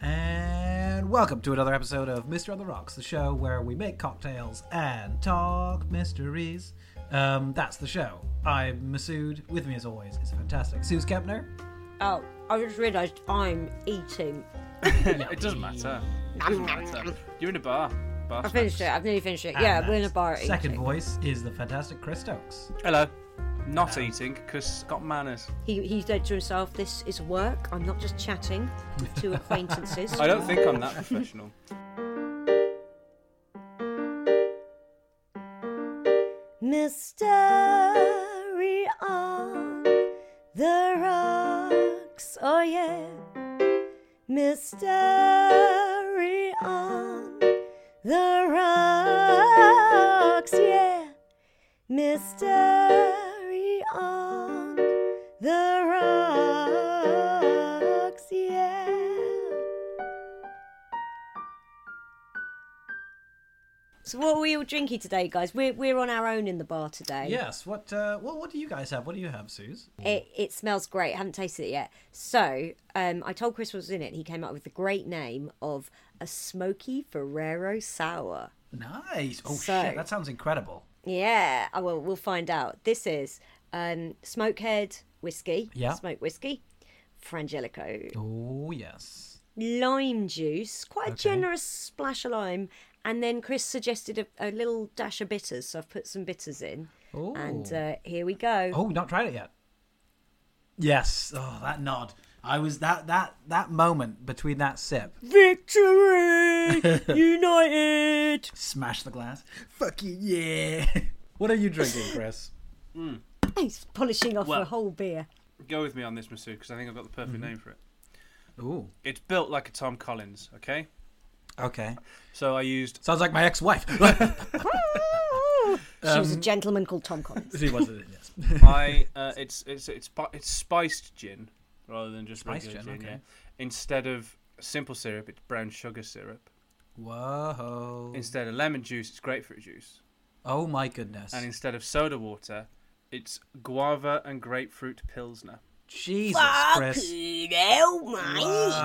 And welcome to another episode of Mr. on the Rocks, the show where we make cocktails and talk mysteries. Um, that's the show. I'm Masood. With me, as always, is fantastic Suze Kempner. Oh, I just realised I'm eating. It doesn't matter. It doesn't matter. You're in a bar. bar I finished it. I've nearly finished it. And yeah, we're in a that's- bar Second eating. voice is the fantastic Chris Stokes. Hello. Not eating because got manners. He, he said to himself, "This is work. I'm not just chatting with two acquaintances." I don't think I'm that professional. Mystery on the rocks, oh yeah. Mystery on the rocks, yeah. Mystery on the rocks, yeah. So, what are we all drinking today, guys? We're we're on our own in the bar today. Yes, what, uh, what what do you guys have? What do you have, Suze? It, it smells great. I haven't tasted it yet. So, um, I told Chris what was in it. and He came up with the great name of a smoky Ferrero sour. Nice. Oh, So- shit, that sounds incredible. Yeah, I will. We'll find out. This is um, Smokehead whiskey. Yeah. Smoke whiskey. Frangelico. Oh, yes. lime juice, quite a generous splash of lime, and then Chris suggested a, a little dash of bitters, so I've put some bitters in. Ooh. And uh, here we go. Oh, not tried it yet. Yes. Oh, that nod. I was that that that moment between that sip. Victory! United! Smash the glass. Fuck you, yeah. what are you drinking, Chris? He's polishing off Well- a whole beer. Go with me on this, Masood, because I think I've got the perfect name for it. Ooh. It's built like a Tom Collins, okay? Okay. So I used. Sounds like my ex-wife. she was a gentleman called Tom Collins. she wasn't. Yes. I. Uh, it's it's it's spi- it's spiced gin rather than just Spiced regular gin, gin. okay. yeah. Instead of simple syrup, it's brown sugar syrup. Whoa. Instead of lemon juice, it's grapefruit juice. Oh my goodness. And instead of soda water, it's guava and grapefruit pilsner. Jesus, Chris. Wow,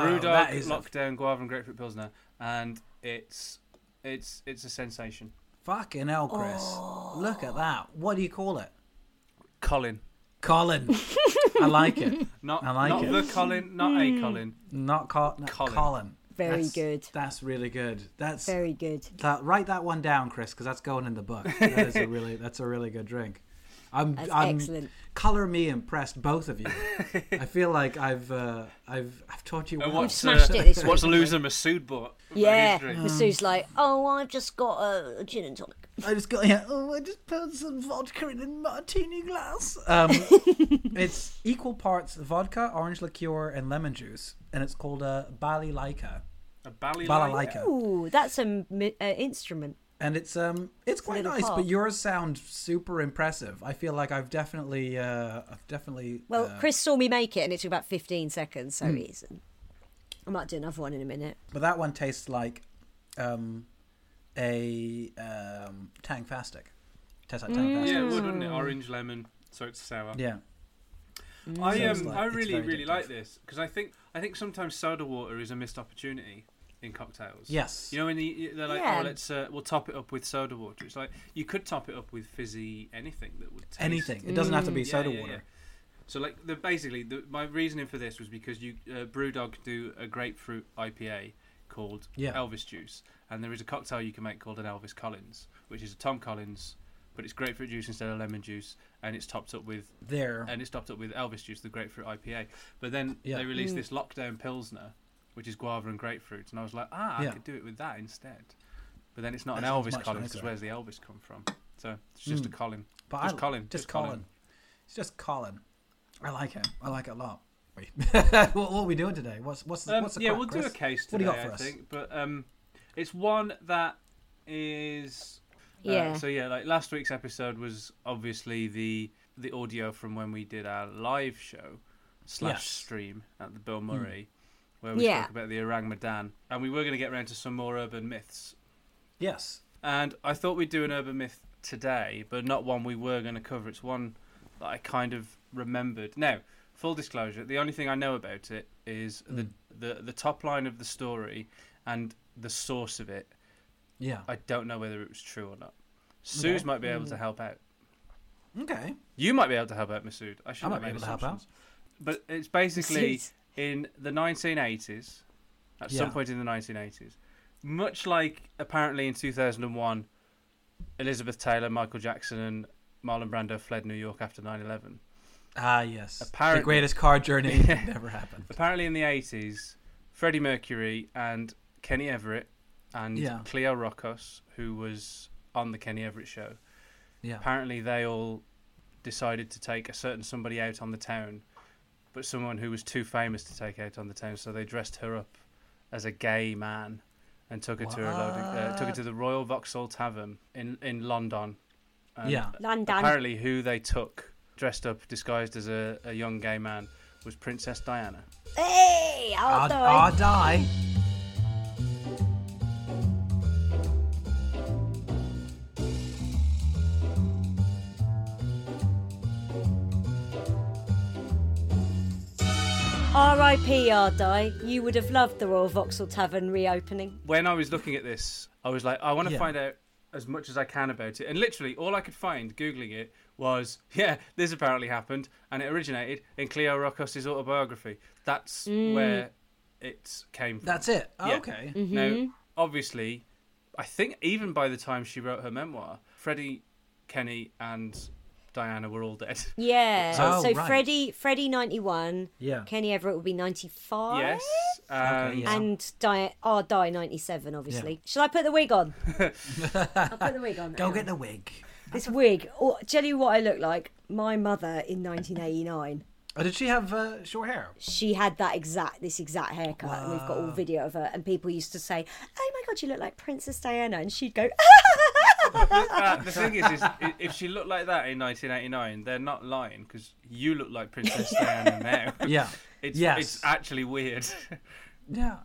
Brewdog Um, that is a lockdown guava and grapefruit pilsner, and it's it's it's a sensation. fucking hell, Chris. Look at that. What do you call it? Colin, Colin. I like it. not I like not it. the Colin, not Hmm. a Colin. Not, Col- not Colin. Colin. Very That's- good. That's really good. That's Very good. That, write that one down, Chris, because that's going in the book. That is a really, that's a really good drink. I'm, That's I'm excellent. Color me impressed, both of you. I feel like I've, uh, I've, I've taught you. And well. what's uh, smashed it this what's loser Masood bought? Yeah, Hmm. His drink. Masu's like, oh, I've just got a, a gin and tonic. I just got yeah. Oh, I just poured some vodka in a martini glass. Um, it's equal parts vodka, orange liqueur, and lemon juice, and it's called a balalaika. a balalaika. Balalaika, Ooh, that's an uh, instrument. and it's um, it's quite little nice. pop. But yours sound super impressive. I feel like I've definitely, uh, I've definitely. Well, uh, Chris saw me make it, and it took about 15 seconds, so he's. I might do another one in a minute. but that one tastes like, um, a um, tang fastic. Tastes like tang Yeah, it Hmm. fastic. would, wouldn't it? Orange lemon, so it's sour. Yeah. Hmm. I So it's um, like- I it's really very really addictive. like this because I think I think sometimes soda water is a missed opportunity in cocktails. Yes. You know when you- you, they're like, Yeah. oh, let's uh, we'll top it up with soda water. It's like you could top it up with fizzy anything that would taste Anything. It doesn't have to be Mm. Yeah, soda yeah, water. yeah. So like the basically the, my reasoning for this was because you uh, BrewDog do a grapefruit IPA called Yeah. Elvis Juice, and there is a cocktail you can make called an Elvis Collins, which is a Tom Collins, but it's grapefruit juice instead of lemon juice, and it's topped up with There. and it's topped up with Elvis Juice, the grapefruit IPA. But then Yeah. they released this lockdown pilsner, which is guava and grapefruit, and I was like, ah, Yeah. I could do it with that instead. But then it's not That an sounds Elvis much Collins because nicer. Hmm. where's the Elvis come from? So it's just a Colin, But just I, Colin, Just Colin. It's just Colin. I like him. I like it a lot. me. what, what are we doing today? What's what's the, Um, what's the yeah, crack, we'll do a Chris? case What do today, you got for I us? think. But um, it's one that is. uh, Yeah. so yeah, like last week's episode was obviously the the audio from when we did our live show slash Yes. Hmm. stream at the Bill Murray, where we Yeah. spoke about the Orang Madan, and we were going to get around to some more urban myths. Yes. And I thought we'd do an urban myth today, but not one we were going to cover. It's one that I kind of remembered. Now, full disclosure, the only thing I know about it is the, the the top line of the story and the source of it. Yeah. I don't know whether it was true or not. Suze might be able to help out. Okay. You might be able to help out, Masood. I should I might have be made able to help out. assumptions. But it's basically Masood. in the 1980s, at some Yeah. point in the 1980s, much like apparently in 2001, Elizabeth Taylor, Michael Jackson, and Marlon Brando fled New York after 9 11. Ah, yes. Apparently- the greatest car journey that never happened. Apparently in the 80s, Freddie Mercury and Kenny Everett and Yeah. Cleo Rocos, who was on the Kenny Everett show, Yeah. apparently they all decided to take a certain somebody out on the town, but someone who was too famous to take out on the town, so they dressed her up as a gay man and took her to a load of- uh, took her to the Royal Vauxhall Tavern in in London. And Yeah. London. Apparently, who they took dressed up disguised as a, a young gay man was Princess Diana. Hey, I'll I'll, die. I'll die. R.I.P. Ardai. You would have loved the Royal Vauxhall Tavern reopening. when I was looking at this, I was like, I want to Yeah. find out as much as I can about it. And literally, all I could find googling it was, yeah, this apparently happened, and it originated in Cleo Rocos' autobiography. That's where it came from. That's it. Oh, Yeah. Okay. Now, obviously, I think even by the time she wrote her memoir, Freddie, Kenny, and Diana were all dead. Yeah. Oh, so right. Freddie, Freddie 91. Yeah. Kenny Everett will be 95. yes. Um, And yeah. And Di- Ardai 97, obviously. Shall I put the wig on? I'll put the wig on. Go get the wig. This wig. Oh, tell you what I look like. My mother in 1989. Oh, did she have uh, short hair? She had that exact this exact haircut, and we've got all video of her. And people used to say, "Oh my god, you look like Princess Diana," and she'd go, Uh, the thing is, is i- if she looked like that in 1989, they're not lying because you look like Princess Diana now. Yeah. It's, Yes. it's actually weird. Yeah.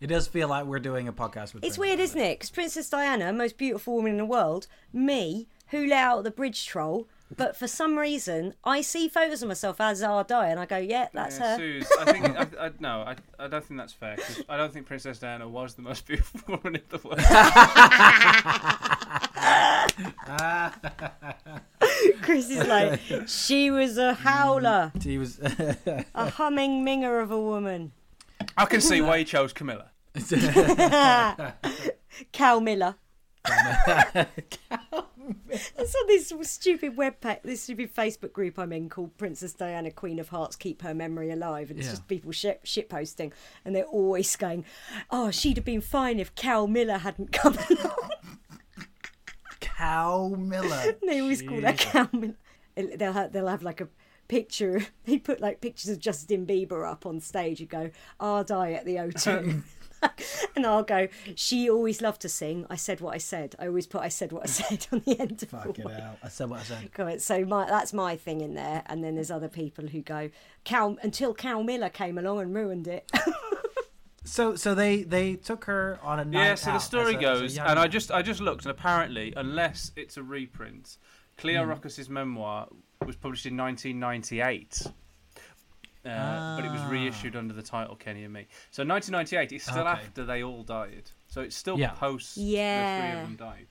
It does feel like we're doing a podcast with. It's Prince. weird, isn't it? Because Princess Diana, most beautiful woman in the world, me, who let out the bridge troll, but for some reason, I see photos of myself as Ardai, and I go, yeah, that's Yeah, her. Suze, I think I, I, no, I, I don't think that's fair. 'cause I don't think Princess Diana was the most beautiful woman in the world. Chris is like, she was a howler, She was. a humming minger of a woman. I can see why he chose Camilla. Cal Miller. It's on this stupid web pa- this stupid Facebook group I'm in called Princess Diana, Queen of Hearts, Keep Her Memory Alive, and it's Yeah. just people shit shit posting, and they're always going, "Oh, she'd have been fine if Cal Miller hadn't come." along." Cow Miller. they always call that Cal Miller. And They'll have, they'll have like a picture. They put like pictures of Justin Bieber up on stage. You go, "I'll die at the Um. O2." And I'll go. She always loved to sing. I said what I said. I always put I said what I said on the end of all Fuck it out. I said what I said. Correct. So my, that's my thing in there, and then there's other people who go Cal until Cal Miller came along and ruined it. So, so they they took her on a night Yeah, so out the as story a- as a goes, young and I man. just I just looked, and apparently, unless it's a reprint, Hmm. Cleo Rocos's memoir was published in 1998. Uh, But it was reissued under the title Kenny and Me. So 1998 is still Ah. Okay. after they all died. So it's still Yeah. post the three Yeah. of them died.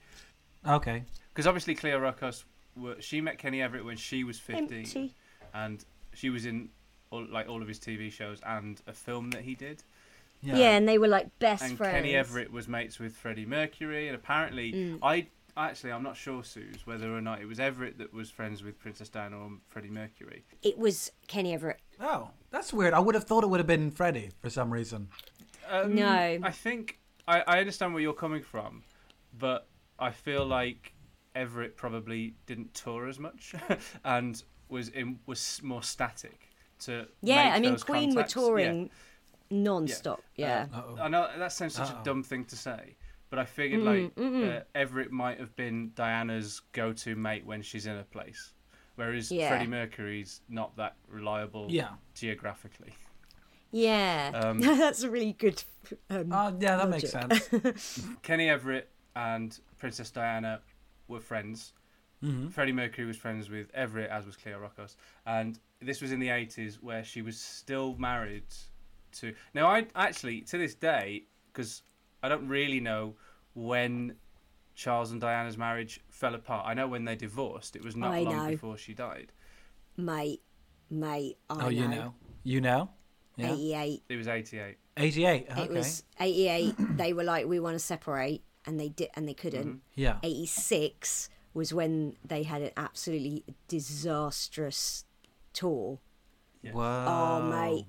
okay. Because obviously Cleo Rocos, wa- she met Kenny Everett when she was 15, Empty. and she was in all, like all of his TV shows and a film that he did Yeah, and they were like best and friends. Kenny Everett was mates with Freddie Mercury, and apparently, Mm. I actually I'm not sure, Suze, whether or not it was Everett that was friends with Princess Diana or Freddie Mercury. It was Kenny Everett. Oh, that's weird. I would have thought it would have been Freddie for some reason. Um, No. I think I, I understand where you're coming from, but I feel like Everett probably didn't tour as much and was in was more static. to Yeah, make I mean, those Queen contacts. were touring non-stop. Yeah. I know that sounds such a dumb thing to say, but I Mm, figured like Uh, Everett might have been Diana's go-to mate when she's in a place, whereas Yeah. Freddie Mercury's not that reliable Yeah. geographically. yeah. That's a really good. Um, Uh, yeah, that makes sense. Kenny Everett and Princess Diana were friends. Freddie Mercury was friends with Everett, as was Cleo Rocos. And this was in the 80s where she was still married to. Now, I actually, to this day, because I don't really know when Charles and Diana's marriage fell apart. I know when they divorced, it was not I long know. before she died. mate, mate, I Oh, you know. You know? Yeah. 88. It was 88. 88. Okay. It was 88. they were like, we want to separate, and they did, and they couldn't. yeah. 86 was when they had an absolutely disastrous tour. Wow. Oh, mate.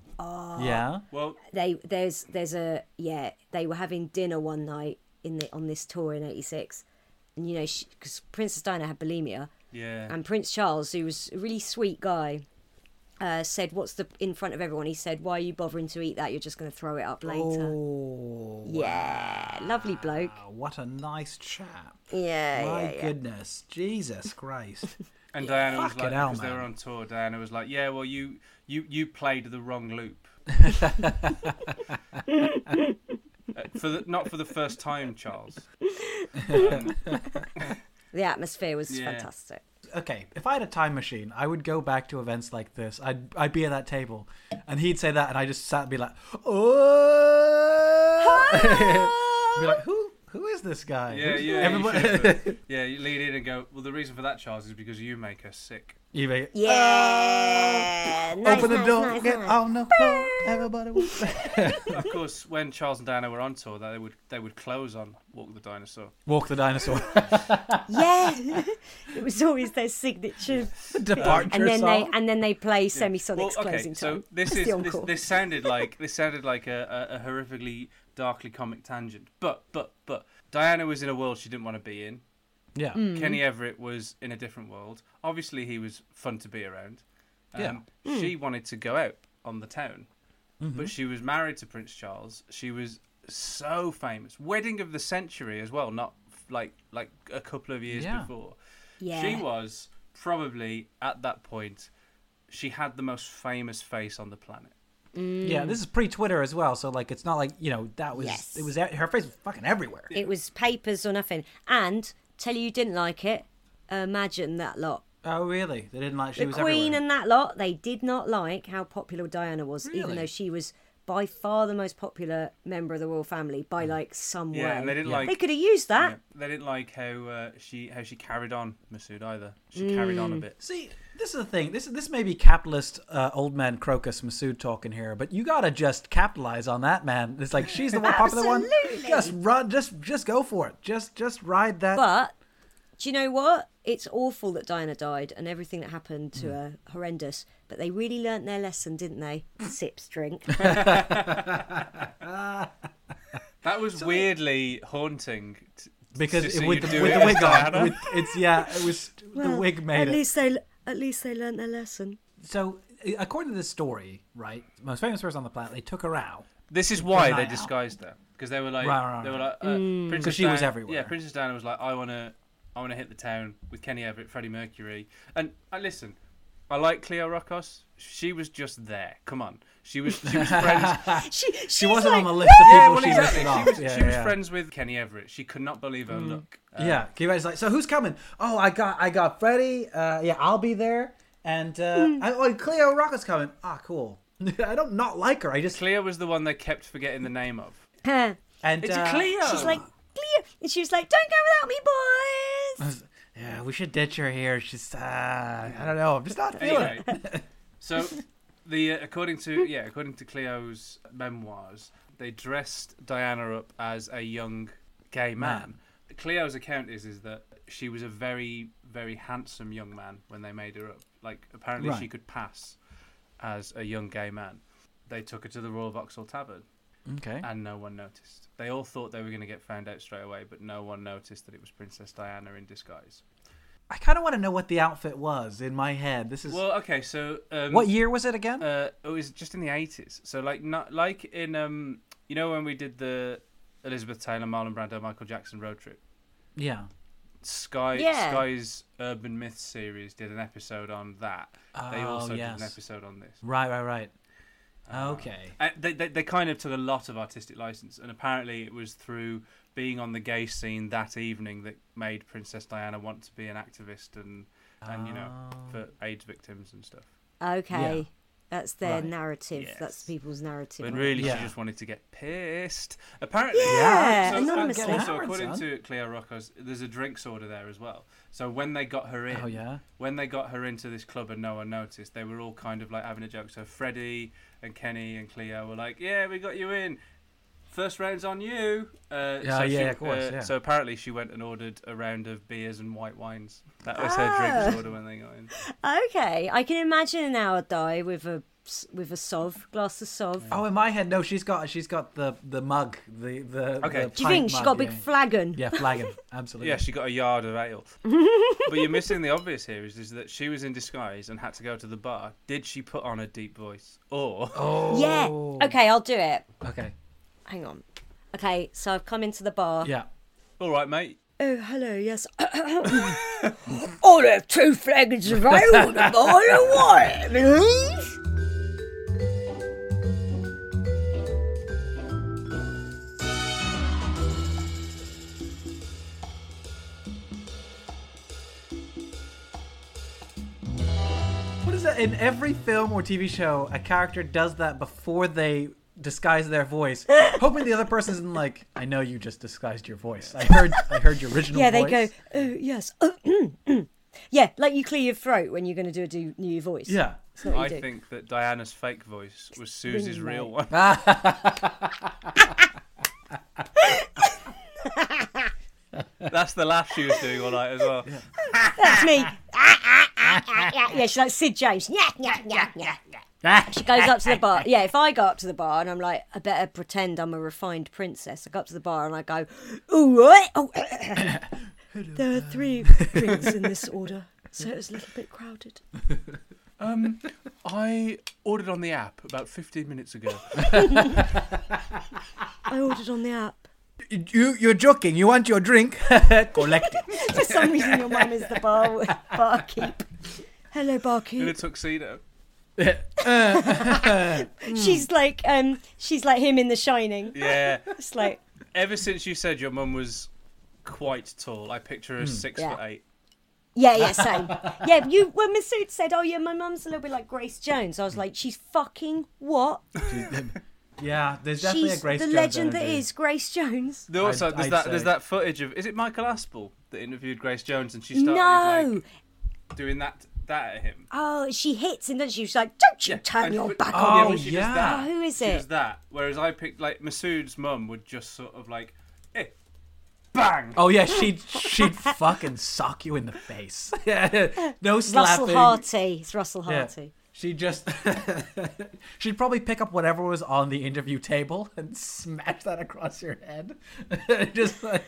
Yeah. Well, They there's there's a yeah, they were having dinner one night in the on this tour in 86. And you know, because Princess Diana had bulimia, yeah. and Prince Charles, who was a really sweet guy, uh, said, "What's the in front of everyone?" He said, "Why are you bothering to eat that? You're just going to throw it up later." Oh, yeah, lovely bloke. wow, what a nice chap. Yeah, My yeah, yeah. goodness. Jesus Christ. And Diana was Fucking like, hell, because they man. were on tour. Diana was like, "Yeah, well, you you you played the wrong loop." Uh, for the, not for the first time, Charles. The atmosphere was Yeah. fantastic. okay, if I had a time machine, I would go back to events like this. I'd I'd be at that table, and he'd say that, and I just sat and be like, oh, be like, who who is this guy? Yeah, Who's- yeah. everybody- You should have. yeah, you lead in and go. Well, the reason for that, Charles, is because you make her sick. You make- Yeah, nice, Open the nice, door, nice, get nice. on the floor, everybody. Of course, when Charles and Diana were on tour, they would they would close on Walk the Dinosaur. Walk the dinosaur. Yeah, it was always their signature. Departure And then song. they and then they play semi-sonics closing so time. this That's is the this, encore. this sounded like this sounded like a, a, a horrifically darkly comic tangent. But but but Diana was in a world she didn't want to be in. yeah. Mm. Kenny Everett was in a different world. Obviously, he was fun to be around. Um, She wanted to go out on the town, but she was married to Prince Charles. She was so famous, wedding of the century as well. Not f- like like a couple of years Yeah. before. She Yeah. was probably at that point. She had the most famous face on the planet. yeah, this is pre-Twitter as well, so like it's not like you know that was Yes. it was e, her face was fucking everywhere. It was papers or nothing. And tell you you didn't like it. Imagine that lot. Oh really? They didn't like she the was Queen everywhere. and that lot, they did not like how popular Diana was, Really? even though she was by far the most popular member of the royal family by like some way. Yeah, and they didn't like They could have used that. yeah, they didn't like how uh, she how she carried on Masood either. She carried on a bit. See, this is the thing. This this may be capitalist uh, old man Crocus Masood talking here, but you gotta just capitalize on that man. It's like she's the one popular one. Absolutely. Just run. Just just go for it. Just just ride that. But do you know what? It's awful that Diana died and everything that happened to her horrendous. But they really learnt their lesson, didn't they? Sips drink. That was weirdly haunting. t- because to it, see with, you the, do with it the as wig on, Diana. with, it's yeah, it was the wig made at it. least they at least they learnt their lesson. So uh, according to this story, right, most famous person on the planet, they took her out. This is why Night they Out. disguised her because they were like, Right, right, they were right. Mm, like, uh, Princess 'Cause she was Diana- everywhere. Yeah, Princess Diana was like, I wanna, I wanna hit the town with Kenny Everett, Freddie Mercury, and uh, listen, I like Cleo Rocos. She was just there. Come on, she was, she was friends. She she's She wasn't on like, the list of people yeah, well, she exactly. listed She off. was, yeah, she was yeah. Mm. friends with Kenny Everett. She could not believe her look. Uh, yeah, Key Rider's like, so who's coming? Oh, I got, I got Freddie. Uh, yeah, I'll be there. And uh, Hmm. I, oh, Cleo Rock is coming. Ah, cool. I don't not like her. I just Cleo was the one they kept forgetting the name of. Huh. and It's uh, Cleo. She's like, Cleo. And she was like, don't go without me, boys. Yeah, we should ditch her here. She's uh, I don't know. I'm just not feeling Anyway, so the uh, according to yeah according to Cleo's memoirs, they dressed Diana up as a young gay man. Cleo's account is is that she was a very very handsome young man when they made her up. Like apparently she Right. could pass as a young gay man. They took her to the Royal Vauxhall Tavern it. Okay. and no one noticed. They all thought they were going to get found out straight away, but no one noticed that it was Princess Diana in disguise. I kind of want to know what the outfit was in my head. This is Well, okay, so um, what year was it again? Uh, it was just in the eighties. So like not like in um, you know when we did the Elizabeth Taylor, Marlon Brando, Michael Jackson road trip. yeah. Sky Yeah. Sky's Urban Myth series did an episode on that. they Oh, also did yes. an episode on this. Right, right, right. Okay. Uh, they, they they kind of took a lot of artistic license, and apparently it was through being on the gay scene that evening that made Princess Diana want to be an activist and and you know for Oh. AIDS victims and stuff. Okay. Yeah. That's their Right. narrative. That's Yes. people's narrative. But on it. really, Yeah. she just wanted to get pissed. Apparently, Yeah, So- anonymously. and Also, Hammered, according son. to Cleo Rocco's, there's a drinks order there as well. So when they got her in, Oh, yeah? when they got her into this club and no one noticed, they were all kind of like having a joke. So Freddie and Kenny and Cleo were like, "Yeah, we got you in. First round's on you." Uh, Yeah, so yeah, she- of course, uh, yeah. So apparently, she went and ordered a round of beers and white wines. That was her drinks order when they got in. Okay. I can imagine an hour die with a with a sov glass of sov. Oh, in my head, no. She's got she's got the the mug. The the. Okay. the Do you pint think she mug, got a big yeah. flagon? Yeah, flagon. Absolutely. Yeah, she got a yard of ale. but you're missing the obvious here is, is that she was in disguise and had to go to the bar. Did she put on a deep voice? Or Oh. Yeah. Oh. Okay, I'll do it. Okay. Hang on. Okay, so I've come into the bar. Yeah. all right, mate. Oh, hello, yes. I'll have two flagons of ale and a bottle of wine, please. What is that? In every film or TV show, a character does that before they disguise their voice, hoping the other person isn't like, "I know you just disguised your voice. I heard, I heard your original." Yeah, they voice. go, oh, yes. yeah, like you clear your throat when you're going to do a do- new voice. Yeah. That's what you I do. think that Diana's fake voice was Susie's Really, real mate. one. That's the laugh she was doing all night as well. That's me. Ah, ah, ah, ah, yeah, yeah, she's like Sid James. Yeah, yeah, yeah, yeah, yeah. She goes up to the bar. Yeah, if I go up to the bar and I'm like, I better pretend I'm a refined princess. I go up to the bar and I go, all right. Oh, there are three drinks in this order, so it was a little bit crowded. I ordered on the app about 15 minutes ago. I ordered on the app. You, you're joking. You want your drink? Collect it. For some reason, your mum is the bar barkeep. Hello, In a barkeep. tuxedo. She's like, um, she's like him in The Shining. Yeah. It's like, Ever since you said your mum was quite tall, I picture her as six Hmm. Yeah. foot eight. Yeah, yeah, same. yeah, you when Masood said, "Oh yeah, my mum's a little bit like Grace Jones," I was like, "She's fucking what? Yeah, there's definitely She's a Grace the Jones legend that energy. is Grace Jones." There also I'd- there's I'd that say- there's that footage of is it Michael Aspel that interviewed Grace Jones and she started No, like, doing that that at him. oh, she hits him, doesn't she? She's like, "Don't you turn And- your but- back yeah, on when me!" she yeah. does that, Oh, who is she it? does that. Whereas I picked like Masood's mum would just sort of like, eh, bang. Oh yeah, she'd she'd fucking sock you in the face. no slapping. Russell Harty. It's Russell Yeah. Harty. She just she'd probably pick up whatever was on the interview table and smash that across your head. just like,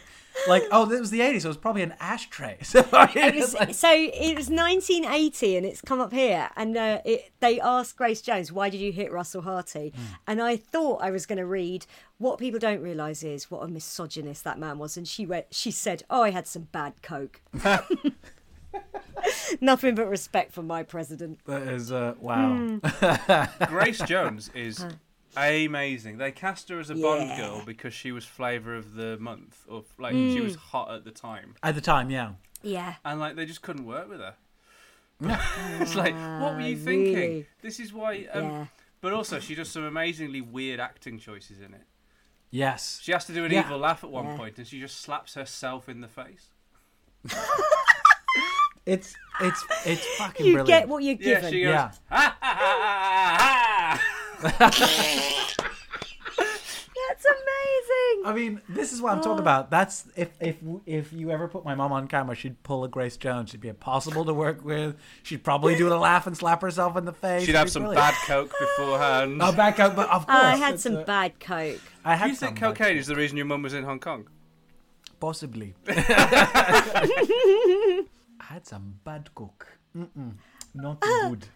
like oh, this was the '80s, so it was probably an ashtray. So it It was- was like, so it was 1980, and it's come up here, and uh, it, they asked Grace Jones, "Why did you hit Russell Harty?" And I thought I was going to read what people don't realise is what a misogynist that man was, and she went, she said, "Oh, I had some bad coke." Nothing but respect for my president. that is uh, wow. Grace Jones is amazing. They cast her as a Bond Yeah. girl because she was flavour of the month, or like Hmm. she was hot at the time, At the time, yeah. Yeah. and like they just couldn't work with her. it's like, what were you Ah, thinking? really? This is why. Um, Yeah. But also, she does some amazingly weird acting choices in it. Yes. She has to do an Yeah. evil laugh at one Yeah. point, and she just slaps herself in the face. It's it's it's fucking You brilliant. get what you're Yeah, given. she goes. Yeah. Ha, ha, ha, ha, ha." That's amazing. I mean, this is what I'm Oh. talking about. That's if if if you ever put my mom on camera, she'd pull a Grace Jones. She'd be impossible to work with. She'd probably do a laugh and slap herself in the face. She'd have She'd some really- bad coke beforehand. Oh, back up, but of course. I had it's, some uh, bad coke. I had Do you think some, but cocaine is the reason your mum was in Hong Kong? Possibly. I had some bad cook. Mm-mm, not good.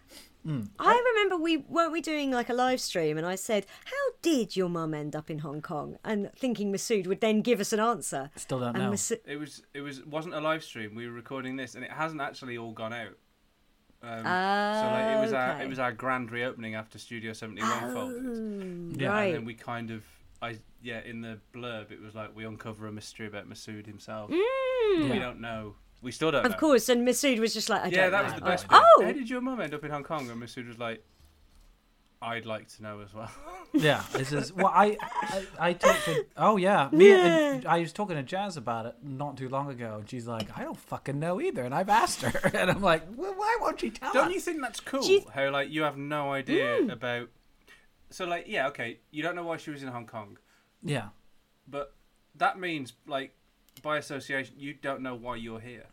I remember we weren't we doing like a live stream, and I said, "How did your mum end up in Hong Kong?" And thinking Masood would then give us an answer. Still don't And know. Masood, It was it was wasn't a live stream. We were recording this, and it hasn't actually all gone out. Um, so like, it was our Okay. Oh. it was our grand reopening after Studio Seventy One folded, and right. then we kind of I yeah in the blurb it was like we uncover a mystery about Masood himself. We don't know. We still don't. Mm. Of know. course, and Masood was just like, "I Yeah, don't that know." was the I went, best. bit. Oh, How did your mum end up in Hong Kong? And Masood was like, I'd like to know as well. Yeah, this is well. I I, I talked to oh yeah, me and I was talking to Jazz about it not too long ago, and she's like, I don't fucking know either, and I've asked her, and I'm like, well, why won't she tell Don't us? you think that's cool? She's- Mm. How like you have no idea about. So like yeah okay you don't know why she was in Hong Kong, Yeah, but that means like by association you don't know why you're here.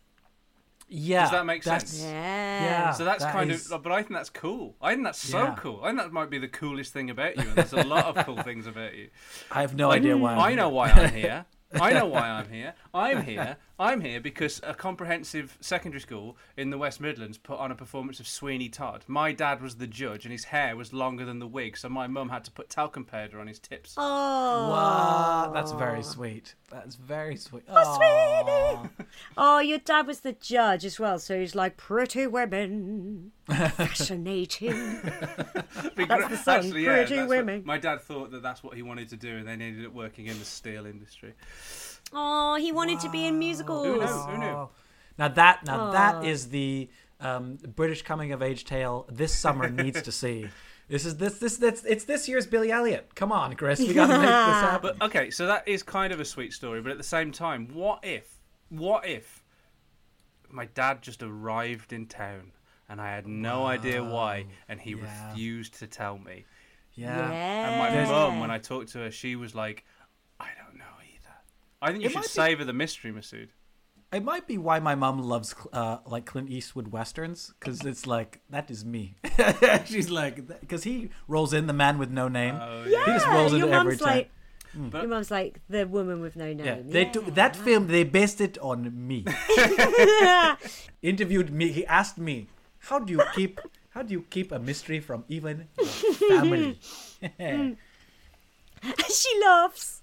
yeah. Does that make that's- sense? yeah. Yeah. So that's Ah, that kind is- of. But I think that's cool. I think that's so Yeah. cool. I think that might be the coolest thing about you. And there's a lot of cool things about you. I have no idea why. I'm I know here. why I'm here. I know why I'm here. I'm here. I'm here because a comprehensive secondary school in the West Midlands put on a performance of Sweeney Todd. My dad was the judge, and his hair was longer than the wig, so my mum had to put talcum powder on his tips. Oh, Wow, that's very sweet. That's very sweet. Oh, oh, your dad was the judge as well, so he's like, "Pretty women, fascinating." that's the song, Pretty that's what- Women. my dad thought that that's what he wanted to do, and then he ended up working in the steel industry. oh, he wanted to be in Who musicals. knows? Who knew? Oh. Now that now that is the um, British coming of age tale this summer needs to see. This is this this that's it's this year's Billy Elliot. Come on, Chris, we gotta make this happen. But okay, so that is kind of a sweet story, but at the same time, what if, what if my dad just arrived in town and I had no idea why and he yeah. refused to tell me? yeah. And my Yeah. mum, when I talked to her, she was like, I don't know either. I think you It might should be- savour the mystery, Masood. It might be why my mom loves uh, like Clint Eastwood westerns because it's like that is me. She's like because he rolls in the man with no name. He just rolls your into every mum's time. like, your mum's like the woman with no name. yeah, they took that film. They based it on me. Interviewed me. He asked me, "How do you keep? How do you keep a mystery from even your family?" she laughs.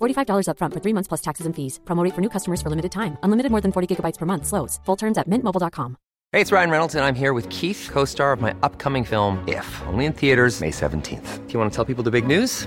$45 upfront for three months plus taxes and fees. Promo rate for new customers for limited time. Unlimited more than 40 gigabytes per month. Slows. Full terms at mintmobile.com. Hey, it's Ryan Reynolds, and I'm here with Keith, co star of my upcoming film, If, only in theaters, May 17th. Do you want to tell people the big news?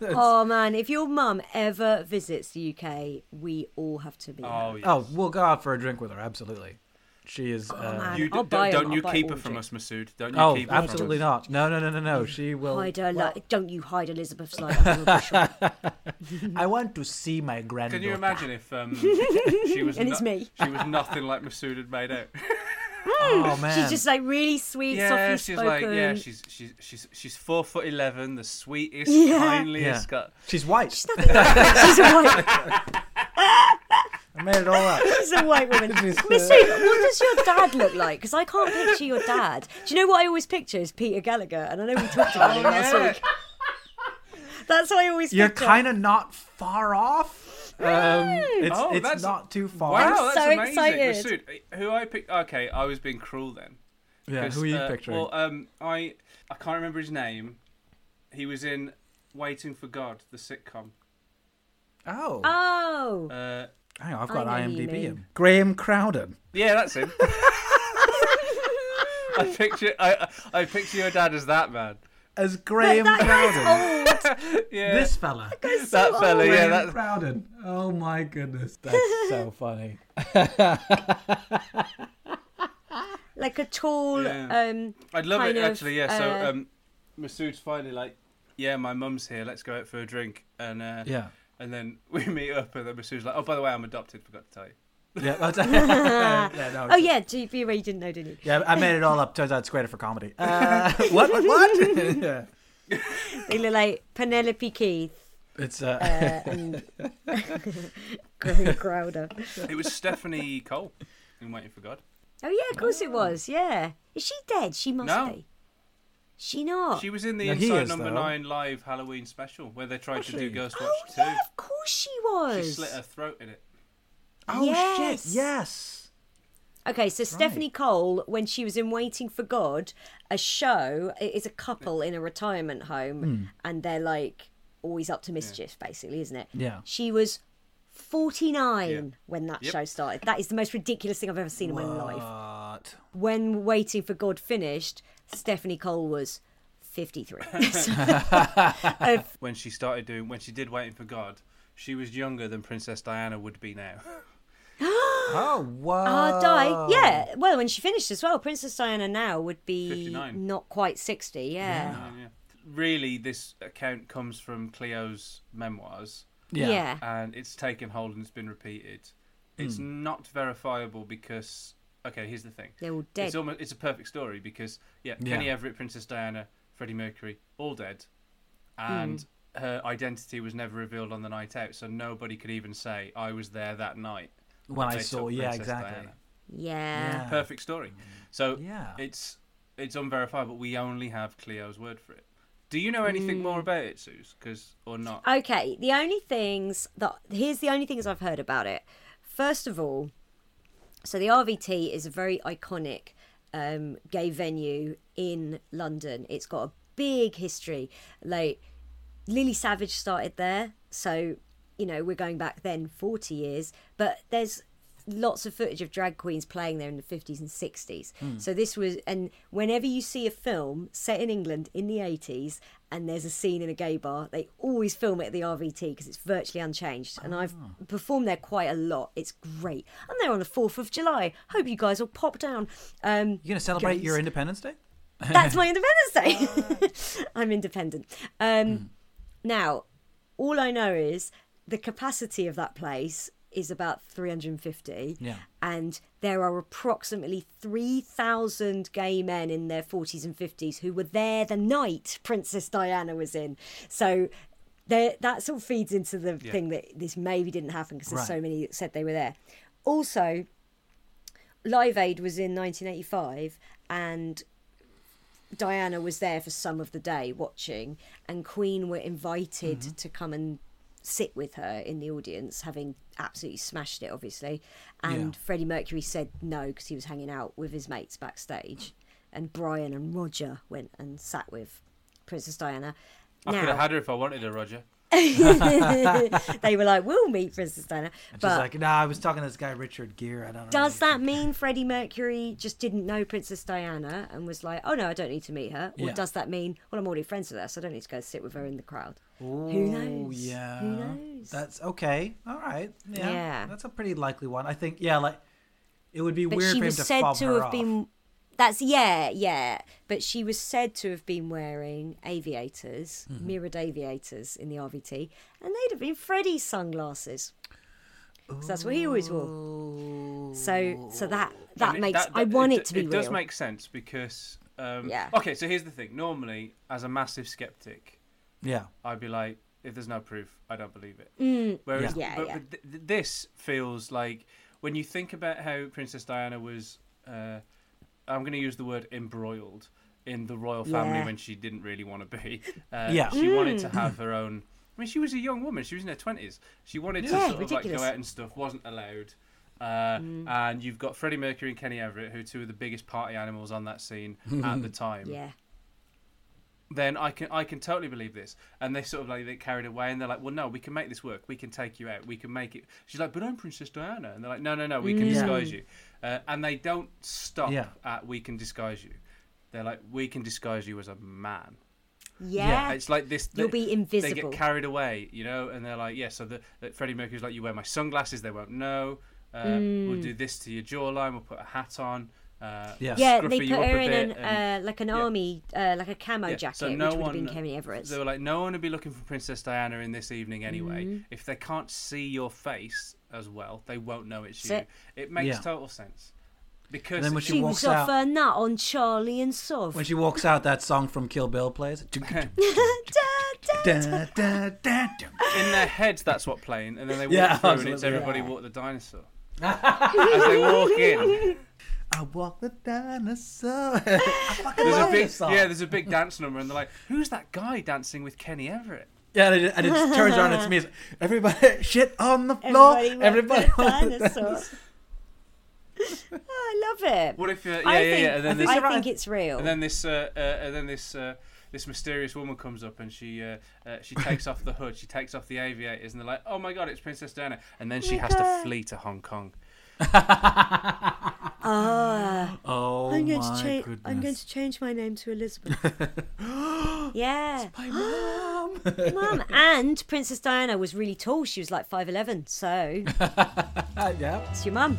Oh man, if your mum ever visits the UK, we all have to be. there. Oh, yeah. Oh, we'll go out for a drink with her. Absolutely. She is. uh, Oh, man. You I'll d- buy don't, 'em, don't you I'll buy keep all her from drink. us, Masood. Don't you oh, keep her from absolutely us. not. No, no, no, no, no. She will. Hide her, well, li- don't you hide Elizabeth's like under a bushel. I want to see my granddaughter. Can you imagine if um, she was And it's no- me. she was nothing like Masood had made out? Oh man. She's just like really sweet, Yeah, softly she's spoken. like yeah, she's she's she's she's four foot eleven, the sweetest, Yeah. yeah. kindliest. Got, She's white. She's a white, I made it all up. she's a white woman. She's, uh, Miss Sue, what does your dad look like? Because I can't picture your dad. Do you know what I always picture is Peter Gallagher, and I know we talked about him last Yeah. week. That's what I always You're picture. kind of not far off. Um, it's Oh, it's that's- not too far. wow, I'm that's so amazing. excited. Masood, who I picked? Okay, I was being cruel then. Yeah, 'Cause, who are you uh, picturing? Well, um, I I can't remember his name. He was in Waiting for God, the sitcom. oh, Oh, Uh, hang on, I've got I know who you IMDb. mean. Him. Graham Crowden. yeah, that's him. I picture I I picture your dad as that man. As Graham that Browden. guy's old. Yeah, This fella. that Oh fella. Yeah, Graham that, Browden. Oh my goodness. That's so funny. like a tall. Yeah. Um, I'd love kind it of, actually. Yeah. So uh, um, Masood's finally like, yeah, my mum's here. Let's go out for a drink. And uh, Yeah. and then we meet up, and then Masood's like, oh, by the way, I'm adopted. Forgot to tell you. Yeah. that's- yeah, no, oh yeah, GV you didn't know, did you? yeah, I made it all up. Turns out it's greater for comedy. Uh, what? What? What? yeah. They look like Penelope Keith It's uh, uh, and Graham Crowder. It was Stephanie Cole in Waiting for God. Oh yeah, of course it was. Yeah, is she dead? She must No. be. She not. She was in the No, Uh, he Inside is, Number though. Nine live Halloween special where they tried to do Ghost oh Watch yeah, Two. of course she She was. slit her throat in it. oh yes. shit! Yes. Okay, so Stephanie Cole, when she was in Waiting for God, a show it is a couple in a retirement home, Hmm. and they're like always up to mischief, basically, isn't it? Yeah. She was forty nine Yeah. when that Yep. show started. That is the most ridiculous thing I've ever seen in my life. But When Waiting for God finished, Stephanie Cole was fifty three. When she started doing, when she did Waiting for God, she was younger than Princess Diana would be now. oh wow! Ah, die. Yeah. Well, when she finished as well, Princess Diana now would be 59. not quite sixty. Yeah. Yeah. Really, this account comes from Cleo's memoirs. Yeah. and it's taken hold and it's been repeated. It's Hmm. not verifiable because okay, here's the thing. They're all dead. It's almost it's a perfect story because yeah, Kenny Everett, Princess Diana, Freddie Mercury, all dead, and Hmm. her identity was never revealed on the night out, so nobody could even say I was there that night When I they saw, took yeah, Princess exactly. Diana. Yeah. Yeah. Perfect story. So Yeah. it's it's unverifiable. We only have Cleo's word for it. Do you know anything Hmm. more about it, Suze? Because or not? Okay, the only things that here's the only things I've heard about it. First of all, so the RVT is a very iconic um, gay venue in London. It's got a big history. Like Lily Savage started there, so you know we're going back then forty years. But there's lots of footage of drag queens playing there in the 50s and 60s. So this was, and whenever you see a film set in England in the 80s and there's a scene in a gay bar, they always film it at the RVT because it's virtually unchanged. And I've performed there quite a lot. It's great. And they're on the 4th of July. Hope you guys will pop down. Um, You gonna celebrate Guns. your Independence Day? that's my Independence Day. I'm independent. Um, Hmm. Now, all I know is the capacity of that place is about 350. Yeah. And there are approximately 3,000 gay men in their 40s and 50s who were there the night Princess Diana was in. So there, that sort of feeds into the thing that this maybe didn't happen because there's Right. so many that said they were there. Also, Live Aid was in 1985 and Diana was there for some of the day watching, and Queen were invited to come and sit with her in the audience, having absolutely smashed it, obviously. And Freddie Mercury said no because he was hanging out with his mates backstage, and Brian and Roger went and sat with Princess Diana. I could have Now had her if I wanted her, Roger. they were like, "We'll meet Princess Diana," She's but like, nah, I was talking to this guy Richard Gere. I don't know. Does that mean Freddie Mercury just didn't know Princess Diana and was like, oh no, I don't need to meet her? Or Yeah. does that mean, well, I'm already friends with her, so I don't need to go sit with her in the crowd? Who Oh knows? yeah. Who knows? That's okay. All right. Yeah. Yeah. That's a pretty likely one. I think. Yeah. Like, it would be but weird she for him was to said fob to her have off. been. That's yeah, yeah. But she was said to have been wearing aviators, Mm-hmm. mirrored aviators in the RVT, and they'd have been Freddie's sunglasses. 'Cause that's what he always wore. So, so that that And it- makes I want it, to be It real. does make sense because. Um, Yeah. Okay, so here's the thing. Normally, as a massive skeptic, Yeah. I'd be like, if there's no proof, I don't believe it. Whereas, Mm, Yeah. Yeah, but, yeah. but th- th- this feels like when you think about how Princess Diana was. Uh, I'm going to use the word embroiled in the royal family Yeah. Mm. when she didn't really want to be. Uh, Yeah. She wanted to have her own. I mean, she was a young woman. She was in her twenties. She wanted to Yeah, sort of like go ridiculous. Mm. out and stuff. Wasn't allowed. Uh, And you've got Freddie Mercury and Kenny Everett, who are two of the biggest party animals on that scene at the time yeah. then I can I can totally believe this. And they sort of like they carried away and they're like, well, no, we can make this work. We can take you out. We can make it. She's like, but I'm Princess Mm. Diana. And they're like, no, no, no, we can disguise you. Uh, and they don't stop Yeah. at we can disguise you. They're like, we can disguise you as a man. Yeah. It's like this. You'll be invisible. They get carried away, you know, and they're like, yeah. So the, that Freddie Mercury's like, you wear my sunglasses, they won't know. Uh, We'll do this to your jawline. We'll put a hat on. Uh, Yes. Mm. yeah, scruff they you put up her a in bit an, and- uh, like an yeah. army, uh, like a camo Yeah, jacket, so no which would one, have been Kevin Everett's. They were like, no one would be looking for Princess Diana in this evening anyway. Mm-hmm. If they can't see your face as well, they won't know it's you. That's It, makes Yeah. total sense. Because then when it's- she she was walks off out- her nut on Charlie and Sov. When she walks out, that song from Kill Bill plays. Da, da, da, dum. in their heads that's what playing, and then they walk Yeah, through and it's absolutely. everybody walk the dinosaur. As they walk in, I walk the dinosaur. I fucking there's love a big this song. yeah, there's a big dance number, and they're like, "Who's that guy dancing with Kenny Everett?" Yeah, and it, and it turns around and it's me. It's, Everybody, shit on the floor. Everybody, Everybody, wants a dinosaur. oh, I love it. What if uh, yeah, I yeah, think, yeah? And then this, I think it's real. and then this, uh, uh, and then this, uh, this mysterious woman comes up and she uh, uh, she takes off the hood, she takes off the aviators, and they're like, "Oh my god, it's Princess Diana!" And then Oh she has to flee to Hong Kong. Oh I'm going, my to change, goodness! I'm going to change my name to Elizabeth. yeah. My mom. Mum. And Princess Diana was really tall. She was like 5'11. So yeah. it's your mum.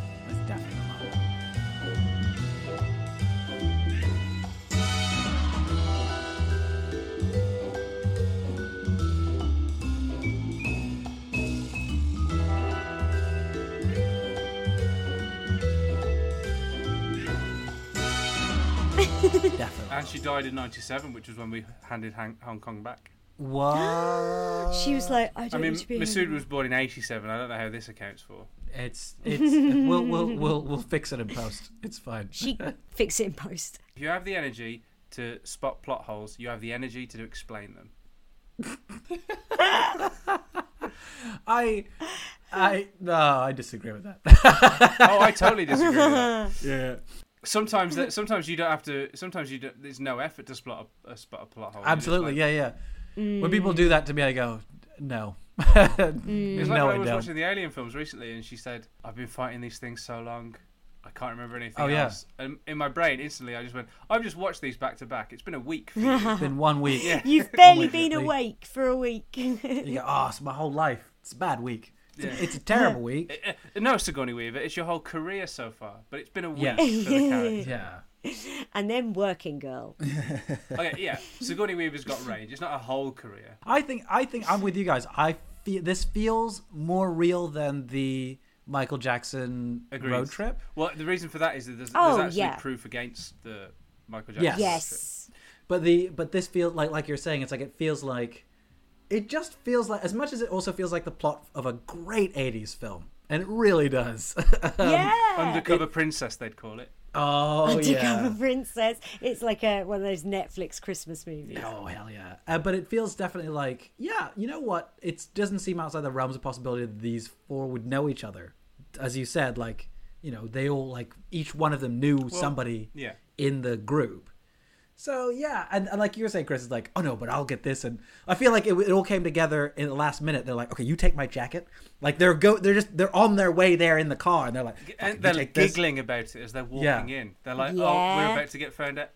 Definitely. And she died in '97, which was when we handed Hang- Hong Kong back. What? She was like, I I don't mean, need to be Masood was born in '87. I don't know how this accounts for. It's it's we'll we'll we'll we'll fix it in post. It's fine. She fix it in post. If you have the energy to spot plot holes, you have the energy to explain them. I I no, I disagree with that. Oh, I totally disagree. with that. yeah. Sometimes, that, sometimes you don't have to. Sometimes you don't, there's no effort to spot a, a spot a plot hole. You're just Absolutely. like- Yeah, yeah. When people do that to me, I go, no. Mm. It's like No, when I I was don't. watching the Alien films recently, and she said, "I've been fighting these things so long, I can't remember anything Oh, yeah. else." And in my brain, instantly, I just went, "I've just watched these back to back. It's been a week." For you. It's been one week. Yeah. You've barely wait, been wait. awake for a week. You go, oh, it's my whole life. It's a bad week. It's, Yeah. a, it's a terrible week. Eh, no, Sigourney Weaver, it's your whole career so far, but it's been a week Yeah. for the character. Yeah. and then working girl. Okay, yeah, Sigourney Weaver's got range. It's not a whole career. I think I think I'm with you guys. I feel this feels more real than the Michael Jackson Agreed. road trip. Well, the reason for that is that there's, Oh, there's actually yeah. proof against the Michael Jackson. Yes. Yes. But the but this feels like like you're saying it's like it feels like it just feels like as much as it also feels like the plot of a great 80s film. And it really does. yeah. um, Undercover Princess, they'd call it. oh Undercover yeah. Princess. It's like a, one of those Netflix Christmas movies. Oh hell yeah! Uh, but it feels definitely like yeah. You know what? It doesn't seem outside the realms of possibility that these four would know each other, as you said. Like you know, they all like each one of them knew somebody yeah. in the group. So yeah, and, and like you were saying, Chris is like, oh no, but I'll get this, and I feel like it, it all came together in the last minute. They're like, okay, you take my jacket. Like they're go, they're just they're on their way there in the car, and they're like, "Fucking, And you they're like take this." giggling about it as they're Yeah. walking in. They're like, "Oh, Yeah. we're about to get found out."